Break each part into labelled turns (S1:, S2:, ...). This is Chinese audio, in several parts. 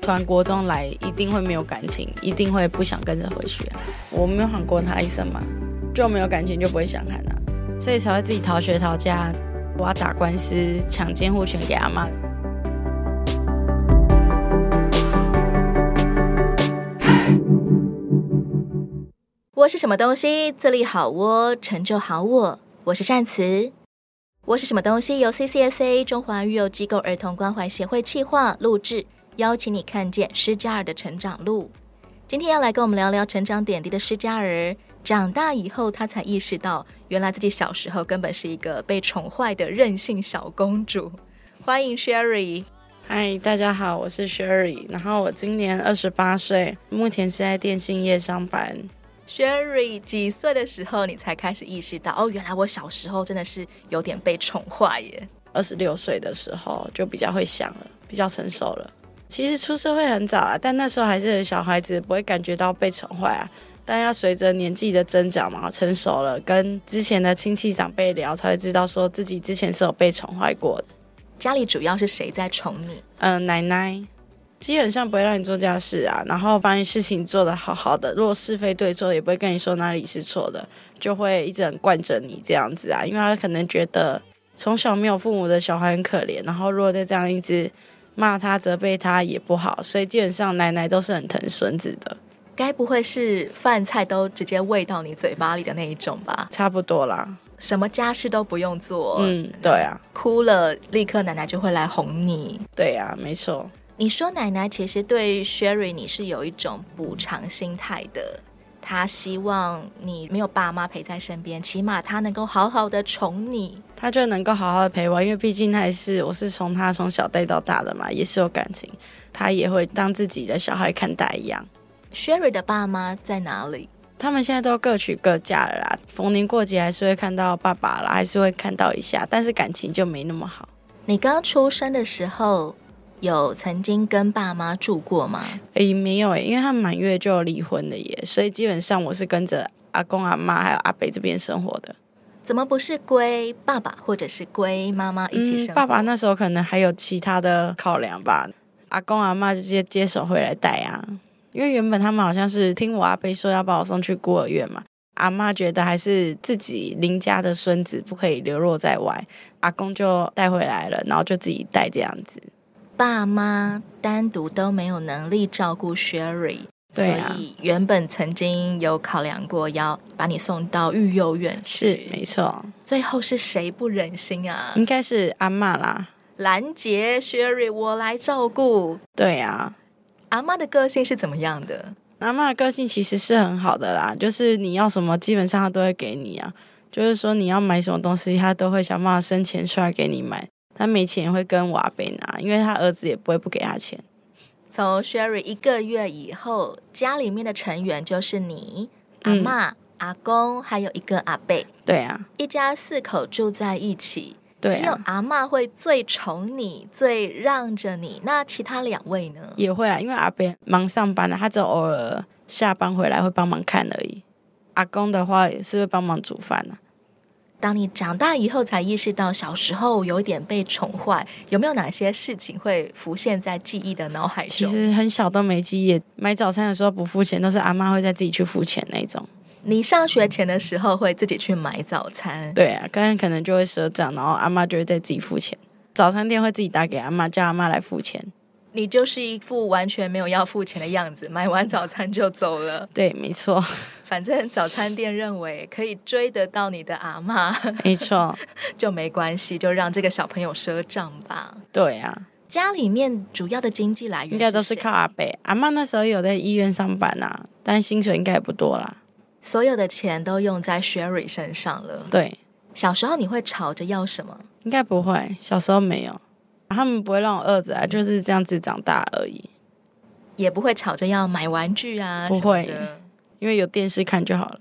S1: 团国中来一定会没有感情，一定会不想跟着回去、啊。我没有喊过他一声嘛，就没有感情就不会想喊了、啊所以才会自己逃学逃家。我要打官司抢监护权给阿妈。
S2: 我是什么东西？自立好我，成就好我。我是善慈。我是什么东西？由 CCSA 中华育幼机构儿童关怀协会企划录制，邀请你看见施加尔的成长路。今天要来跟我们聊聊成长点滴的施加尔。长大以后，他才意识到，原来自己小时候根本是一个被宠坏的任性小公主。欢迎 Sherry。
S1: 嗨，大家好，我是 Sherry，然后我今年二十八岁，目前是在电信业上班。
S2: Sherry 几岁的时候，你才开始意识到，哦，原来我小时候真的是有点被宠坏耶。
S1: 二十六岁的时候就比较会想了，比较成熟了。其实出社会很早啊，但那时候还是小孩子，不会感觉到被宠坏啊。但要随着年纪的增长嘛，成熟了，跟之前的亲戚长辈聊，才会知道说自己之前是有被宠坏过的。
S2: 家里主要是谁在宠你？
S1: 嗯、奶奶基本上不会让你做家事啊，然后把你事情做得好好的，如果是非对错也不会跟你说哪里是错的，就会一直很惯着你这样子啊，因为他可能觉得从小没有父母的小孩很可怜，然后如果再这样一直骂他、责备他也不好，所以基本上奶奶都是很疼孙子的，
S2: 该不会是饭菜都直接喂到你嘴巴里的那一种吧？
S1: 差不多啦。
S2: 什么家事都不用做，
S1: 嗯，对啊，
S2: 哭了立刻奶奶就会来哄你。
S1: 对啊，没错。
S2: 你说奶奶其实对 Sherry 你是有一种补偿心态的，她希望你没有爸妈陪在身边，起码她能够好好的宠你。
S1: 他就能够好好的陪我，因为毕竟他也是我是从他从小带到大的嘛，也是有感情，他也会当自己的小孩看待一样。
S2: Sherry 的爸妈在哪里？
S1: 他们现在都各娶各嫁了啦，逢年过节还是会看到爸爸啦，还是会看到一下，但是感情就没那么好。
S2: 你刚出生的时候有曾经跟爸妈住过吗？
S1: 诶，没有诶，因为他们满月就离婚了耶，所以基本上我是跟着阿公阿妈还有阿伯这边生活的。
S2: 怎么不是归爸爸或者是归妈妈一起生
S1: 嗯
S2: 活？
S1: 爸爸那时候可能还有其他的考量吧，阿公阿妈就接接手回来带啊。因为原本他们好像是听我阿伯说要把我送去孤儿院嘛，阿妈觉得还是自己邻家的孙子不可以流落在外，阿公就带回来了，然后就自己带这样子。
S2: 爸妈单独都没有能力照顾 Sherry，、
S1: 对啊
S2: 所以原本曾经有考量过要把你送到育幼院，
S1: 是，没嗯错，
S2: 最后是谁不忍心啊？
S1: 应该是阿妈啦。
S2: 拦截 Sherry，我来照顾。
S1: 对啊，
S2: 阿妈的个性是怎么样的？
S1: 阿妈的个性其实是很好的啦，就是你要什么，基本上她都会给你啊。就是说你要买什么东西，她都会想办法生钱出来给你买。她没钱也会跟我阿伯拿，因为她儿子也不会不给她钱。
S2: 从 Sherry 一个月以后，家里面的成员就是你、阿
S1: 嗯
S2: 妈、阿公，还有一个阿伯，
S1: 对啊，
S2: 一家四口住在一起。
S1: 对
S2: 只有
S1: 啊，
S2: 阿嬷会最宠你、最让着你，那其他两位呢？
S1: 也会啊，因为阿伯忙上班了、他只有偶尔下班回来会帮忙看而已。阿公的话也是会帮忙煮饭啊。
S2: 当你长大以后才意识到小时候有一点被宠坏，有没有哪些事情会浮现在记忆的脑海
S1: 其
S2: 中？
S1: 实很小都没记忆，买早餐的时候不付钱，都是阿妈会再自己去付钱那种。
S2: 你上学前的时候会自己去买早餐，
S1: 对啊，刚刚可能就会赊账，然后阿妈就会再自己付钱。早餐店会自己打给阿妈，叫阿妈来付钱。
S2: 你就是一副完全没有要付钱的样子，买完早餐就走了。
S1: 对，没错，
S2: 反正早餐店认为可以追得到你的阿嬷
S1: 没错，
S2: 就没关系，就让这个小朋友赊账吧。
S1: 对啊，
S2: 家里面主要的经济来源
S1: 应该都是
S2: 谁
S1: 靠阿伯。阿妈那时候有在医院上班啊，但薪水应该也不多啦。
S2: 所有的钱都用在 Sherry 身上了。
S1: 对，
S2: 小时候你会吵着要什么？
S1: 应该不会，小时候没有，他们不会让我饿着啊，就是这样子长大而已。
S2: 也不会吵着要买玩具啊，
S1: 不会
S2: 什么的。
S1: 因为有电视看就好了。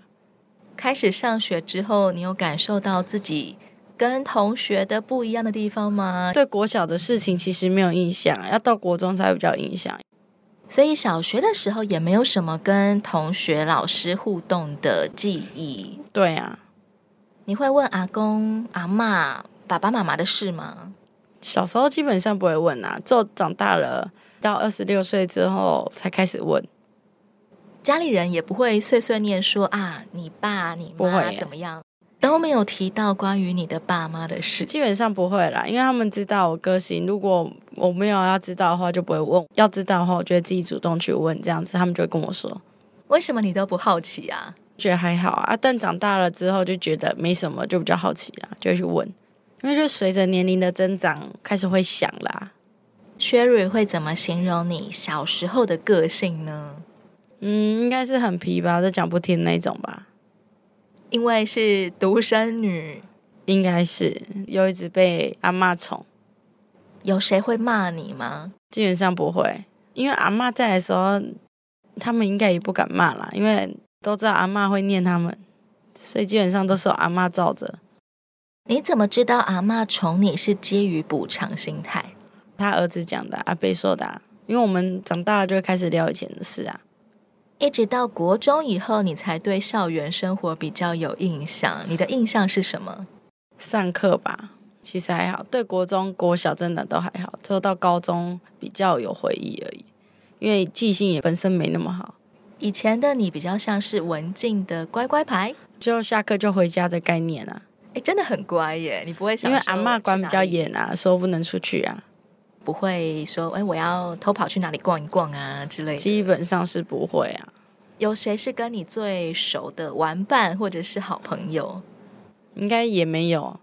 S2: 开始上学之后，你有感受到自己跟同学的不一样的地方吗？
S1: 对国小的事情其实没有印象，要到国中才比较有印象。
S2: 所以小学的时候也没有什么跟同学、老师互动的记忆。
S1: 对啊，
S2: 你会问阿公、阿嬷、爸爸妈妈的事吗？
S1: 小时候基本上不会问啊，之后长大了到二十六岁之后才开始问，
S2: 家里人也不会碎碎念说啊，你爸你
S1: 不
S2: 妈
S1: 会耶
S2: 怎么样，都没有提到关于你的爸妈的事。
S1: 基本上不会啦，因为他们知道我个性，如果我没有要知道的话，就不会问；要知道的话，我就会自己主动去问，这样子他们就会跟我说。
S2: 为什么你都不好奇啊？
S1: 觉得还好啊，啊但长大了之后就觉得没什么，就比较好奇啦，就会去问。因为就随着年龄的增长，开始会想啦。
S2: Sherry 会怎么形容你小时候的个性呢？
S1: 嗯，应该是很皮吧，都讲不听那种吧，
S2: 因为是独生女，
S1: 应该是又一直被阿嬷宠，
S2: 有谁会骂你吗？
S1: 基本上不会，因为阿嬷在的时候，他们应该也不敢骂啦，因为都知道阿嬷会念他们，所以基本上都是有阿嬷罩着。
S2: 你怎么知道阿嬷宠你是基于补偿心态？
S1: 他儿子讲的、啊，阿贝说的、啊，因为我们长大了就会开始聊以前的事啊。
S2: 一直到国中以后，你才对校园生活比较有印象。你的印象是什么？
S1: 上课吧，其实还好，对国中、国小真的都还好，只有到高中比较有回忆而已，因为记性也本身没那么好，
S2: 以前的你比较像是文静的乖乖牌，
S1: 就下课就回家的概念啊。
S2: 哎，真的很乖耶！你不会想
S1: 因为
S2: 说
S1: 阿
S2: 我
S1: 嬷
S2: 去
S1: 管比
S2: 哪
S1: 较
S2: 里，
S1: 严啊，说不能出去啊，
S2: 不会说哎我要偷跑去哪里逛一逛啊之类的。
S1: 基本上是不会啊。
S2: 有谁是跟你最熟的玩伴或者是好朋友？
S1: 应该也没有，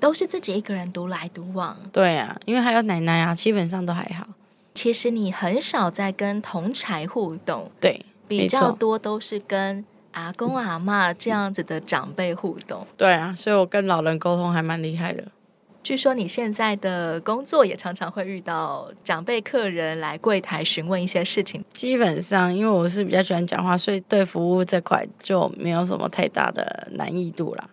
S2: 都是自己一个人独来独往。
S1: 对啊，因为还有奶奶啊，基本上都还好。
S2: 其实你很少在跟同柴互动，
S1: 对，
S2: 比
S1: 没
S2: 较
S1: 错
S2: 多都是跟阿公阿嬷这样子的长辈互动。
S1: 对啊，所以我跟老人沟通还蛮厉害的。
S2: 据说你现在的工作也常常会遇到长辈客人来柜台询问一些事情。
S1: 基本上，因为我是比较喜欢讲话，所以对服务这块就没有什么太大的难易度啦。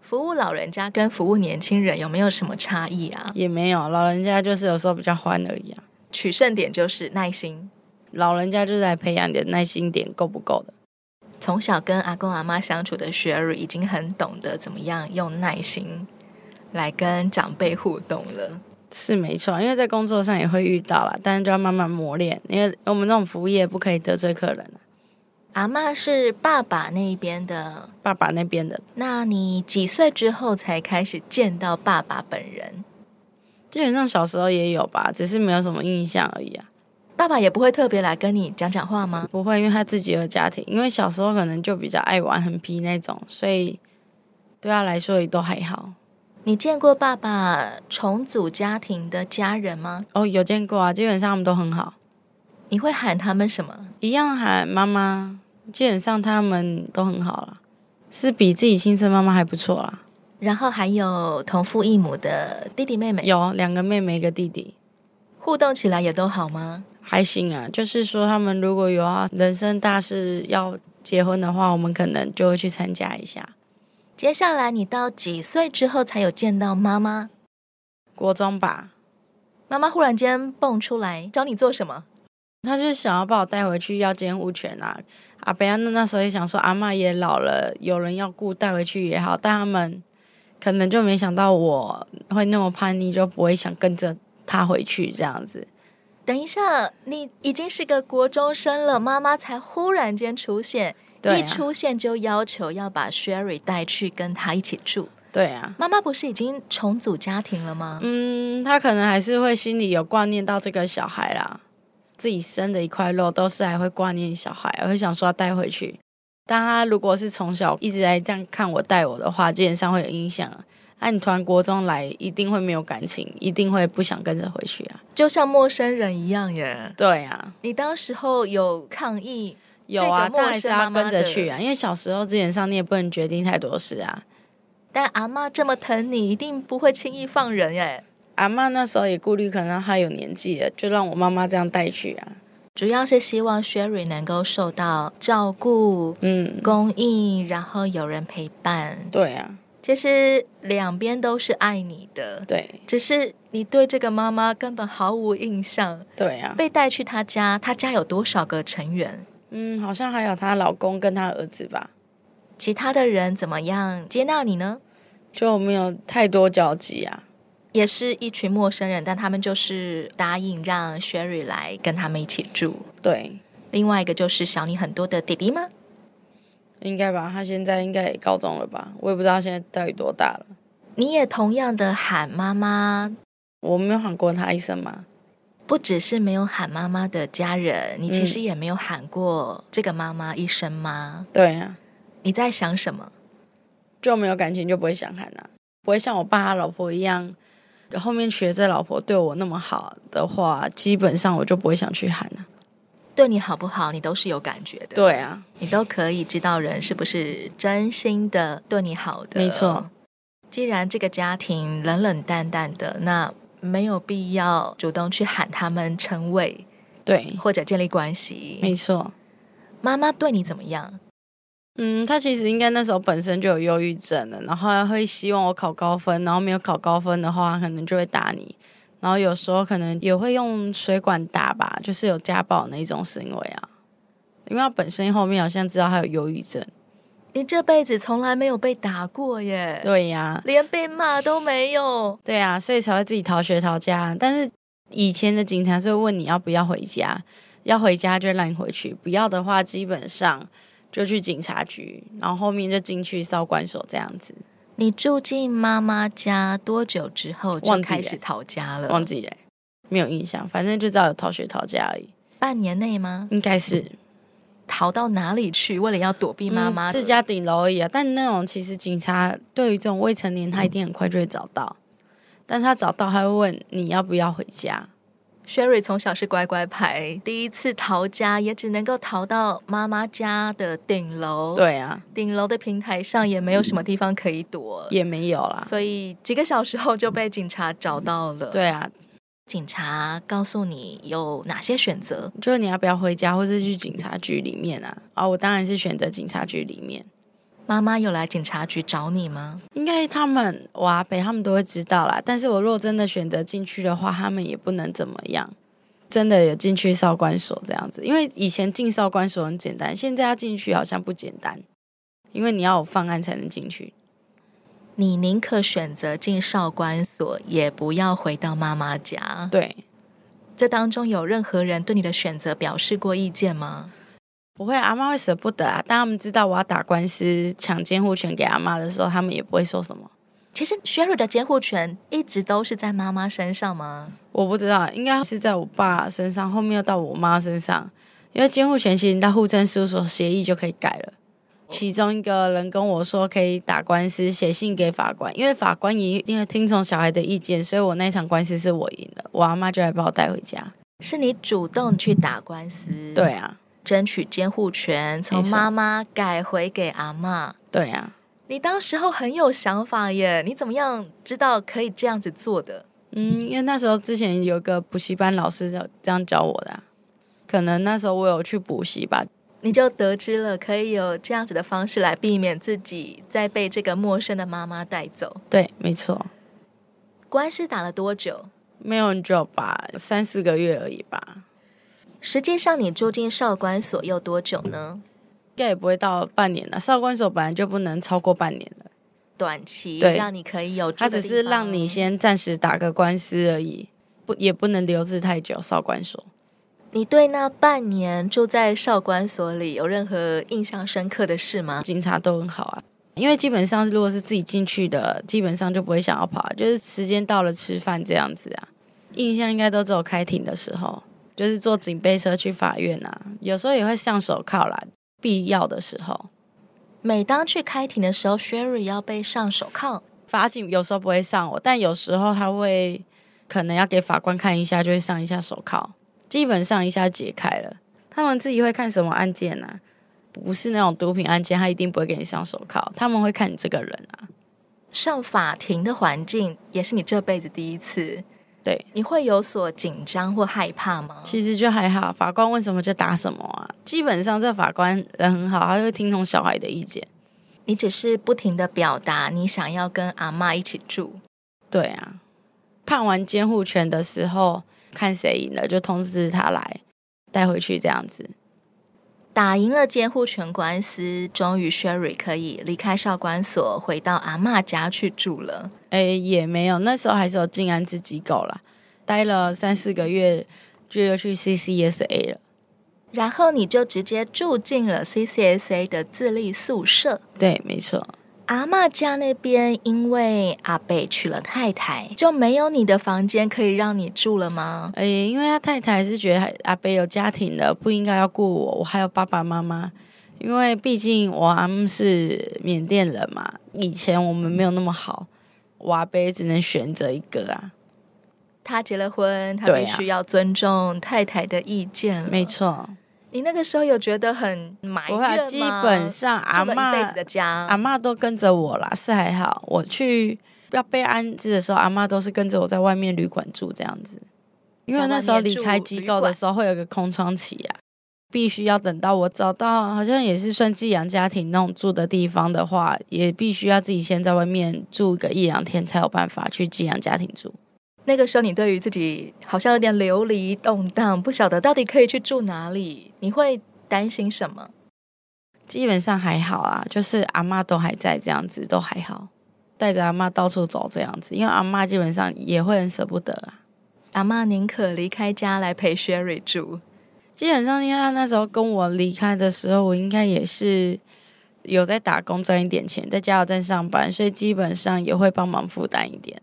S2: 服务老人家跟服务年轻人有没有什么差异啊？
S1: 也没有，老人家就是有时候比较欢而已啊。
S2: 取胜点就是耐心。
S1: 老人家就是来培养你的耐心点够不够的。
S2: 从小跟阿公阿妈相处的 Sherry 已经很懂得怎么样用耐心来跟长辈互动了。
S1: 是没错，因为在工作上也会遇到啦，但是就要慢慢磨练，因为我们这种服务业不可以得罪客人啊。
S2: 阿嬷是爸爸那一边的，
S1: 爸爸那边的
S2: 那你几岁之后才开始见到爸爸本人？
S1: 基本上小时候也有吧，只是没有什么印象而已啊。
S2: 爸爸也不会特别来跟你讲讲话吗？
S1: 不会，因为他自己有家庭，因为小时候可能就比较爱玩、很皮那种，所以对他来说也都还好。
S2: 你见过爸爸重组家庭的家人吗？
S1: 哦，有见过啊，基本上他们都很好，
S2: 你会喊他们什么？
S1: 一样喊妈妈，基本上他们都很好啦，是比自己亲生妈妈还不错啦。
S2: 然后还有同父异母的弟弟妹妹，
S1: 有两个妹妹，一个弟弟，
S2: 互动起来也都好吗？
S1: 还行啊。就是说，他们如果有啊人生大事要结婚的话，我们可能就会去参加一下。
S2: 接下来你到几岁之后才有见到妈妈？
S1: 国中吧，
S2: 妈妈忽然间蹦出来找你做什么？
S1: 他就是想要把我带回去要监护权啊。阿贝安娜那时候也想说，阿嬷也老了，有人要顾，带回去也好。但他们可能就没想到我会那么叛逆，就不会想跟着他回去这样子。
S2: 等一下，你已经是个国中生了，妈妈才忽然间出现，
S1: 对、
S2: 一
S1: 啊，
S2: 出现就要求要把 Sherry 带去跟她一起住。
S1: 对啊。
S2: 妈妈不是已经重组家庭了吗？
S1: 嗯，他可能还是会心里有挂念到这个小孩啦，自己生的一块肉都是还会挂念小孩，会想说要带回去。但他如果是从小一直在这样看我带我的话，基本上会有影响啊。那、你突然国中来，一定会没有感情，一定会不想跟着回去啊。
S2: 就像陌生人一样耶。
S1: 对啊，
S2: 你当时候有抗议，
S1: 有啊，
S2: 这个陌
S1: 但还是
S2: 生妈
S1: 要
S2: 妈
S1: 跟着去啊，因为小时候基本上你也不能决定太多事啊。
S2: 但阿妈这么疼你，一定不会轻易放人耶。
S1: 阿嬷那时候也顾虑，可能她有年纪了，就让我妈妈这样带去啊。
S2: 主要是希望 Sherry 能够受到照顾、
S1: 嗯，
S2: 供应，然后有人陪伴。
S1: 对啊，
S2: 其实两边都是爱你的，
S1: 对
S2: 只是你对这个妈妈根本毫无印象。
S1: 对啊。
S2: 被带去她家，她家有多少个成员？
S1: 嗯，好像还有她老公跟她儿子吧，
S2: 其他的人怎么样接纳你呢？
S1: 就没有太多交集啊。
S2: 也是一群陌生人，但他们就是答应让 Sherry 来跟他们一起住。
S1: 对，
S2: 另外一个就是小你很多的弟弟吗？
S1: 应该吧？他现在应该也高中了吧？我也不知道他现在到底多大了。
S2: 你也同样的喊妈妈，
S1: 我没有喊过他一声嘛。
S2: 不只是没有喊妈妈的家人，你其
S1: 嗯
S2: 实也没有喊过这个妈妈一声吗？
S1: 对呀、
S2: 你在想什么？
S1: 就没有感情就不会想喊啊，不会像我爸他老婆一样，后面娶了这老婆对我那么好的话，基本上我就不会想去喊啊。
S2: 对你好不好，你都是有感觉的，
S1: 对啊，
S2: 你都可以知道人是不是真心的对你好的。
S1: 没错，
S2: 既然这个家庭冷冷淡淡的，那没有必要主动去喊他们称谓
S1: 对，
S2: 或者建立关
S1: 没
S2: 系。
S1: 错。
S2: 妈妈对你怎么样？
S1: 嗯，他其实应该那时候本身就有忧郁症了，然后他会希望我考高分，然后没有考高分的话，可能就会打你，然后有时候可能也会用水管打吧，就是有家暴那一种行为啊。因为他本身后面好像知道他有忧郁症，
S2: 你这辈子从来没有被打过耶，
S1: 对呀、
S2: 连被骂都没有。
S1: 对呀、所以才会自己逃学逃家。但是以前的警察是会问你要不要回家，要回家就让你回去，不要的话基本上就去警察局，然后后面就进去少管所这样子，
S2: 你住进妈妈家多久之后就
S1: 忘记
S2: 开
S1: 了
S2: 始逃家了？
S1: 忘记了、没有印象，反正就知道有逃学逃家而已，
S2: 半年内吗？
S1: 应该是
S2: 逃到哪里去？为了要躲避妈妈
S1: 嗯
S2: 的、
S1: 自家顶楼而已啊。但那种其实警察对于这种未成年，他一定很快就会找到，但是他找到他会问你要不要回家，
S2: Sherry 从小是乖乖牌，第一次逃家也只能够逃到妈妈家的顶楼，
S1: 对啊，
S2: 顶楼的平台上也没有什么地方可以躲，
S1: 也没有啦，
S2: 所以几个小时后就被警察找到了。，
S1: 对啊，
S2: 警察告诉你有哪些选择，
S1: 就是你要不要回家，或是去警察局里面啊？啊，我当然是选择警察局里面。
S2: 妈妈有来警察局找你吗？
S1: 应该他们我阿北他们都会知道啦，但是我若真的选择进去的话，他们也不能怎么样。真的有进去少管所这样子，因为以前进少管所很简单，现在要进去好像不简单，因为你要有方案才能进去。
S2: 你宁可选择进少管所，也不要回到妈妈家。
S1: 对，
S2: 这当中有任何人对你的选择表示过意见吗？
S1: 不会，阿妈会舍不得啊。当他们知道我要打官司抢监护权给阿妈的时候，他们也不会说什么。
S2: 其实 Sherry 的监护权一直都是在妈妈身上吗？
S1: 我不知道，应该是在我爸身上，后面又到我妈身上，因为监护权其实你到户政事务所协议就可以改了。其中一个人跟我说可以打官司，写信给法官，因为法官也一定会听从小孩的意见，所以我那场官司是我赢了，我阿妈就来把我带回家。
S2: 是你主动去打官司，
S1: 对，啊，
S2: 争取监护权，从
S1: 没错
S2: 妈妈改回给阿妈。
S1: 对啊，
S2: 你当时候很有想法耶，你怎么样知道可以这样子做的？
S1: 嗯，因为那时候之前有个补习班老师这这样教我的啊、可能那时候我有去补习吧，
S2: 你就得知了可以有这样子的方式来避免自己再被这个陌生的妈妈带走。
S1: 对，没错，
S2: 官司打了多久？
S1: 没有很久吧，三四个月而已吧。
S2: 实际上你住进少管所又多久呢？
S1: 应该也不会到半年了。少管所本来就不能超过半年了，
S2: 短期
S1: 对
S2: 让你可以有住
S1: 它
S2: 的地
S1: 只
S2: 方，
S1: 是让你先暂时打个官司而已，不也不能留置太久。少管所
S2: 你对那半年住在少管所里有任何印象深刻的事吗？
S1: 警察都很好啊，因为基本上如果是自己进去的，基本上就不会想要跑啊，就是时间到了吃饭这样子啊。印象应该都只有开庭的时候，就是坐警备车去法院啊，有时候也会上手铐啦，必要的时候。
S2: 每当去开庭的时候，Sherry 要被上手铐，
S1: 法警有时候不会上我，但有时候他会可能要给法官看一下，就会上一下手铐，基本上一下解开了。他们自己会看什么案件啊？不是那种毒品案件，他一定不会给你上手铐，他们会看你这个人啊。
S2: 上法庭的环境也是你这辈子第一次，
S1: 对，
S2: 你会有所紧张或害怕吗？
S1: 其实就还好，法官问什么就答什么啊。基本上这法官人很好，他会听从小孩的意见。
S2: 你只是不停的表达你想要跟阿嬷一起住，
S1: 对啊，判完监护权的时候，看谁赢了就通知他来带回去这样子。
S2: 打赢了监护权官司，终于 Sherry 可以离开少管所，回到阿嬷家去住了。
S1: 诶，也没有，那时候还是有进安置机构啦，待了三四个月，就又去 CCSA 了。
S2: 然后你就直接住进了 CCSA 的自立宿舍。
S1: 对，没错，
S2: 阿嬷家那边，因为阿贝娶了太太，就没有你的房间可以让你住了吗？
S1: 诶，因为他太太是觉得阿北有家庭了，不应该要顾我，我还有爸爸妈妈。因为毕竟我阿姆是缅甸人嘛，以前我们没有那么好，我阿北只能选择一个啊。
S2: 他结了婚，他
S1: 对
S2: 必
S1: 啊
S2: 须要尊重太太的意见了。
S1: 没错，
S2: 你那个时候有觉得很埋
S1: 我
S2: 怨吗？
S1: 基本上阿
S2: 住了一辈
S1: 嬷
S2: 子的家，
S1: 阿嬷都跟着我啦，是还好。我去要被安置的时候，阿嬷都是跟着我在外面旅馆住这样子，因为那时候离开机构的时候会有个空窗期啊，必须要等到我找到，好像也是算寄养家庭那种住的地方的话，也必须要自己先在外面住个一两天，才有办法去寄养家庭住。
S2: 那个时候你对于自己好像有点流离动荡，不晓得到底可以去住哪里，你会担心什么？
S1: 基本上还好啊，就是阿妈都还在这样子，都还好，带着阿妈到处走这样子，因为阿妈基本上也会很舍不得啊。
S2: 阿嬷宁可离开家来陪 Sherry 住，
S1: 基本上，因为他那时候跟我离开的时候，我应该也是有在打工赚一点钱，在加油站上班，所以基本上也会帮忙负担一点。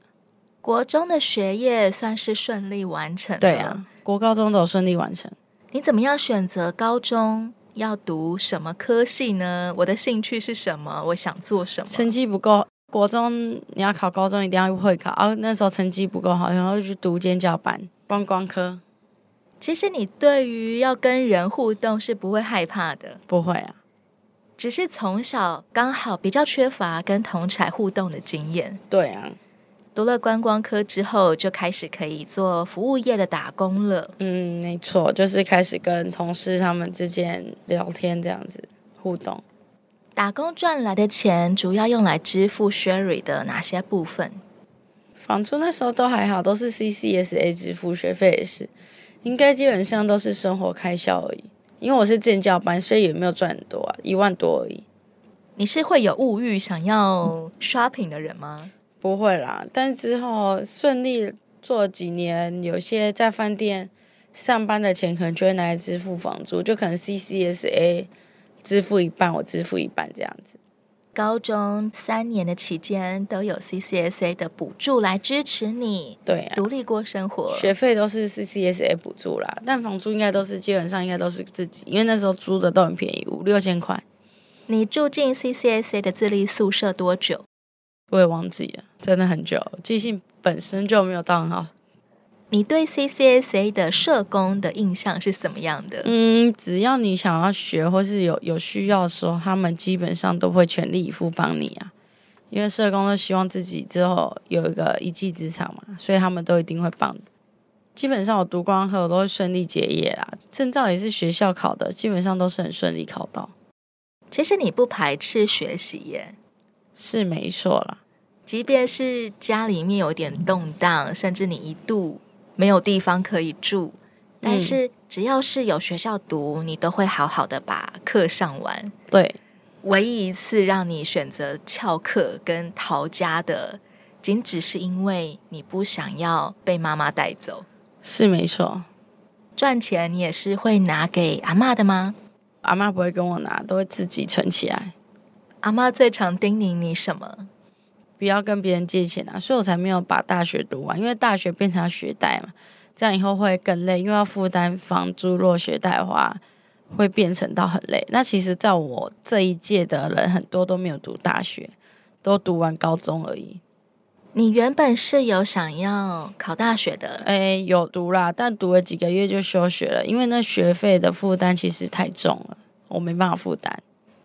S2: 国中的学业算是顺利完成。
S1: 对，啊，国高中都有顺利完成。
S2: 你怎么样选择高中要读什么科系呢？我的兴趣是什么？我想做什么？
S1: 成绩不够，国中你要考高中一定要会考，啊，那时候成绩不够好，然后就去读尖教班、观光科，
S2: 其实你对于要跟人互动是不会害怕的，
S1: 不会啊。
S2: 只是从小刚好比较缺乏跟同才互动的经验。
S1: 对啊，
S2: 读了观光科之后，就开始可以做服务业的打工了。
S1: 嗯，没错，就是开始跟同事他们之间聊天这样子互动。
S2: 打工赚来的钱主要用来支付 Sherry 的哪些部分？
S1: 房租那时候都还好，都是 CCSA 支付，学费也是，应该基本上都是生活开销而已。因为我是建教班，所以也没有赚很多啊，一万多而已。
S2: 你是会有物欲想要 shopping 的人吗？
S1: 不会啦，但之后顺利做了几年，有些在饭店上班的钱可能就会拿来支付房租，就可能 CCSA 支付一半，我支付一半这样子。
S2: 高中三年的期间都有 CCSA 的补助来支持你
S1: 对啊，
S2: 独立过生活。
S1: 学费都是 CCSA 补助啦，但房租应该都是基本上应该都是自己，因为那时候租的都很便宜，五六千块。
S2: 你住进 CCSA 的自立宿舍多久？
S1: 我也忘记了，真的很久了，记性本身就没有到很好。
S2: 你对 CCSA 的社工的印象是怎么样的？
S1: 嗯，只要你想要学或是有有需要的时候，他们基本上都会全力以赴帮你啊。因为社工都希望自己之后有一个一技之长嘛，所以他们都一定会帮你。基本上我读光课，我都会顺利结业啦。证照也是学校考的，基本上都是很顺利考到，
S2: 其实你不排斥学习耶，
S1: 是没错啦。
S2: 即便是家里面有点动荡，甚至你一度没有地方可以住，但
S1: 嗯
S2: 是只要是有学校读，你都会好好的把课上完。
S1: 对，
S2: 唯一一次让你选择翘课跟逃家的，仅只是因为你不想要被妈妈带走。
S1: 是没错。
S2: 赚钱你也是会拿给阿嬷的吗？
S1: 阿妈不会跟我拿，都会自己存起来。
S2: 阿嬷最常叮咛你什么？
S1: 不要跟别人借钱啊，所以我才没有把大学读完，因为大学变成要学贷嘛，这样以后会更累，因为要负担房租，若学贷的话会变成到很累。那其实，在我这一届的人很多都没有读大学，都读完高中而已。
S2: 你原本是有想要考大学的，
S1: 哎，有读啦，但读了几个月就休学了，因为那学费的负担其实太重了，我没办法负担。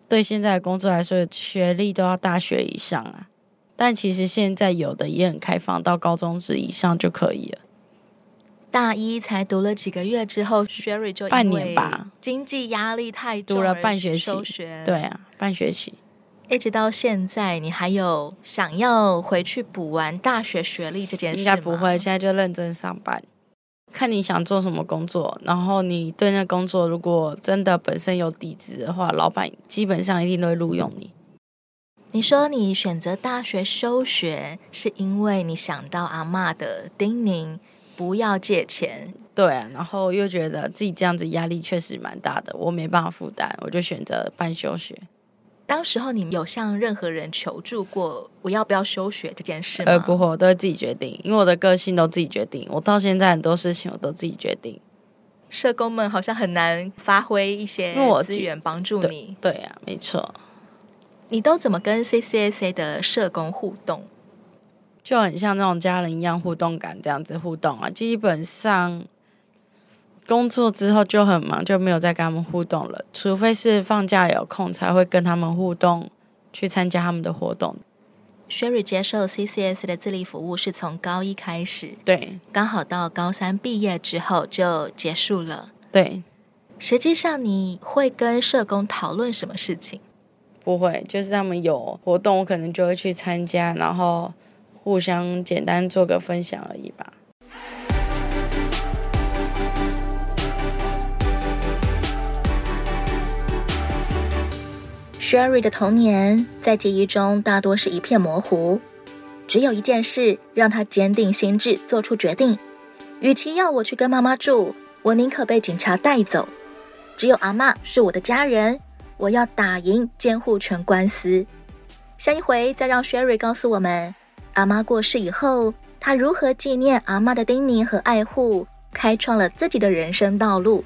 S1: 对现在的工作来说，学历都要大学以上啊。但其实现在有的也很开放，到高中职以上就可以了。
S2: 大一才读了几个月之后，Sherry 就因为
S1: 半年吧，
S2: 经济压力太重，
S1: 读了半学期
S2: 休学，，
S1: 对啊，半学期
S2: 一直到现在，你还有想要回去补完大学学历这件事
S1: 应
S2: 吗
S1: 该不会，现在就认真上班。看你想做什么工作，然后你对那工作如果真的本身有底子的话，老板基本上一定都会录用你。
S2: 你说你选择大学休学，是因为你想到阿嬷的叮咛，不要借钱。
S1: 对啊、然后又觉得自己这样子压力确实蛮大的，我没办法负担，我就选择办休学。
S2: 当时候你有向任何人求助过我要不要休学这件事吗？
S1: 呃，不会，我都会自己决定，因为我的个性都自己决定。我到现在很多事情我都自己决定。
S2: 社工们好像很难发挥一些
S1: 因为我
S2: 资源帮助你。
S1: 对呀、啊，没错，
S2: 你都怎么跟 CCSA 的社工互动？
S1: 就很像那种家人一样互动感这样子互动啊。基本上工作之后就很忙，就没有再跟他们互动了，除非是放假有空才会跟他们互动，去参加他们的活动。
S2: Sherry 接受 CCS 的自立服务是从高一开始，
S1: 对
S2: 刚好到高三毕业之后就结束了。
S1: 对，
S2: 实际上，你会跟社工讨论什么事情？
S1: 不会，就是他们有活动，我可能就会去参加，然后互相简单做个分享而已吧。
S2: Sherry 的童年在记忆中大多是一片模糊，只有一件事让他坚定心智，做出决定：与其要我去跟妈妈住，我宁可被警察带走。只有阿嬷是我的家人，我要打赢监护权官司。下一回再让 Sherry 告诉我们，阿妈过世以后，她如何纪念阿妈的叮咛和爱护，开创了自己的人生道路。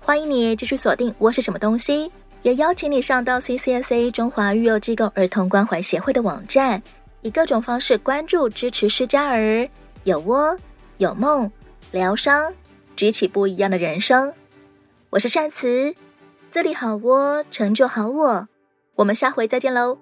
S2: 欢迎你继续锁定《我是什么东西》，也邀请你上到 CCSA 中华育幼机构儿童关怀协会的网站，以各种方式关注支持失家儿，有窝有梦，疗伤，举起不一样的人生。我是善慈，自立好窝，成就好我。我们下回再见喽，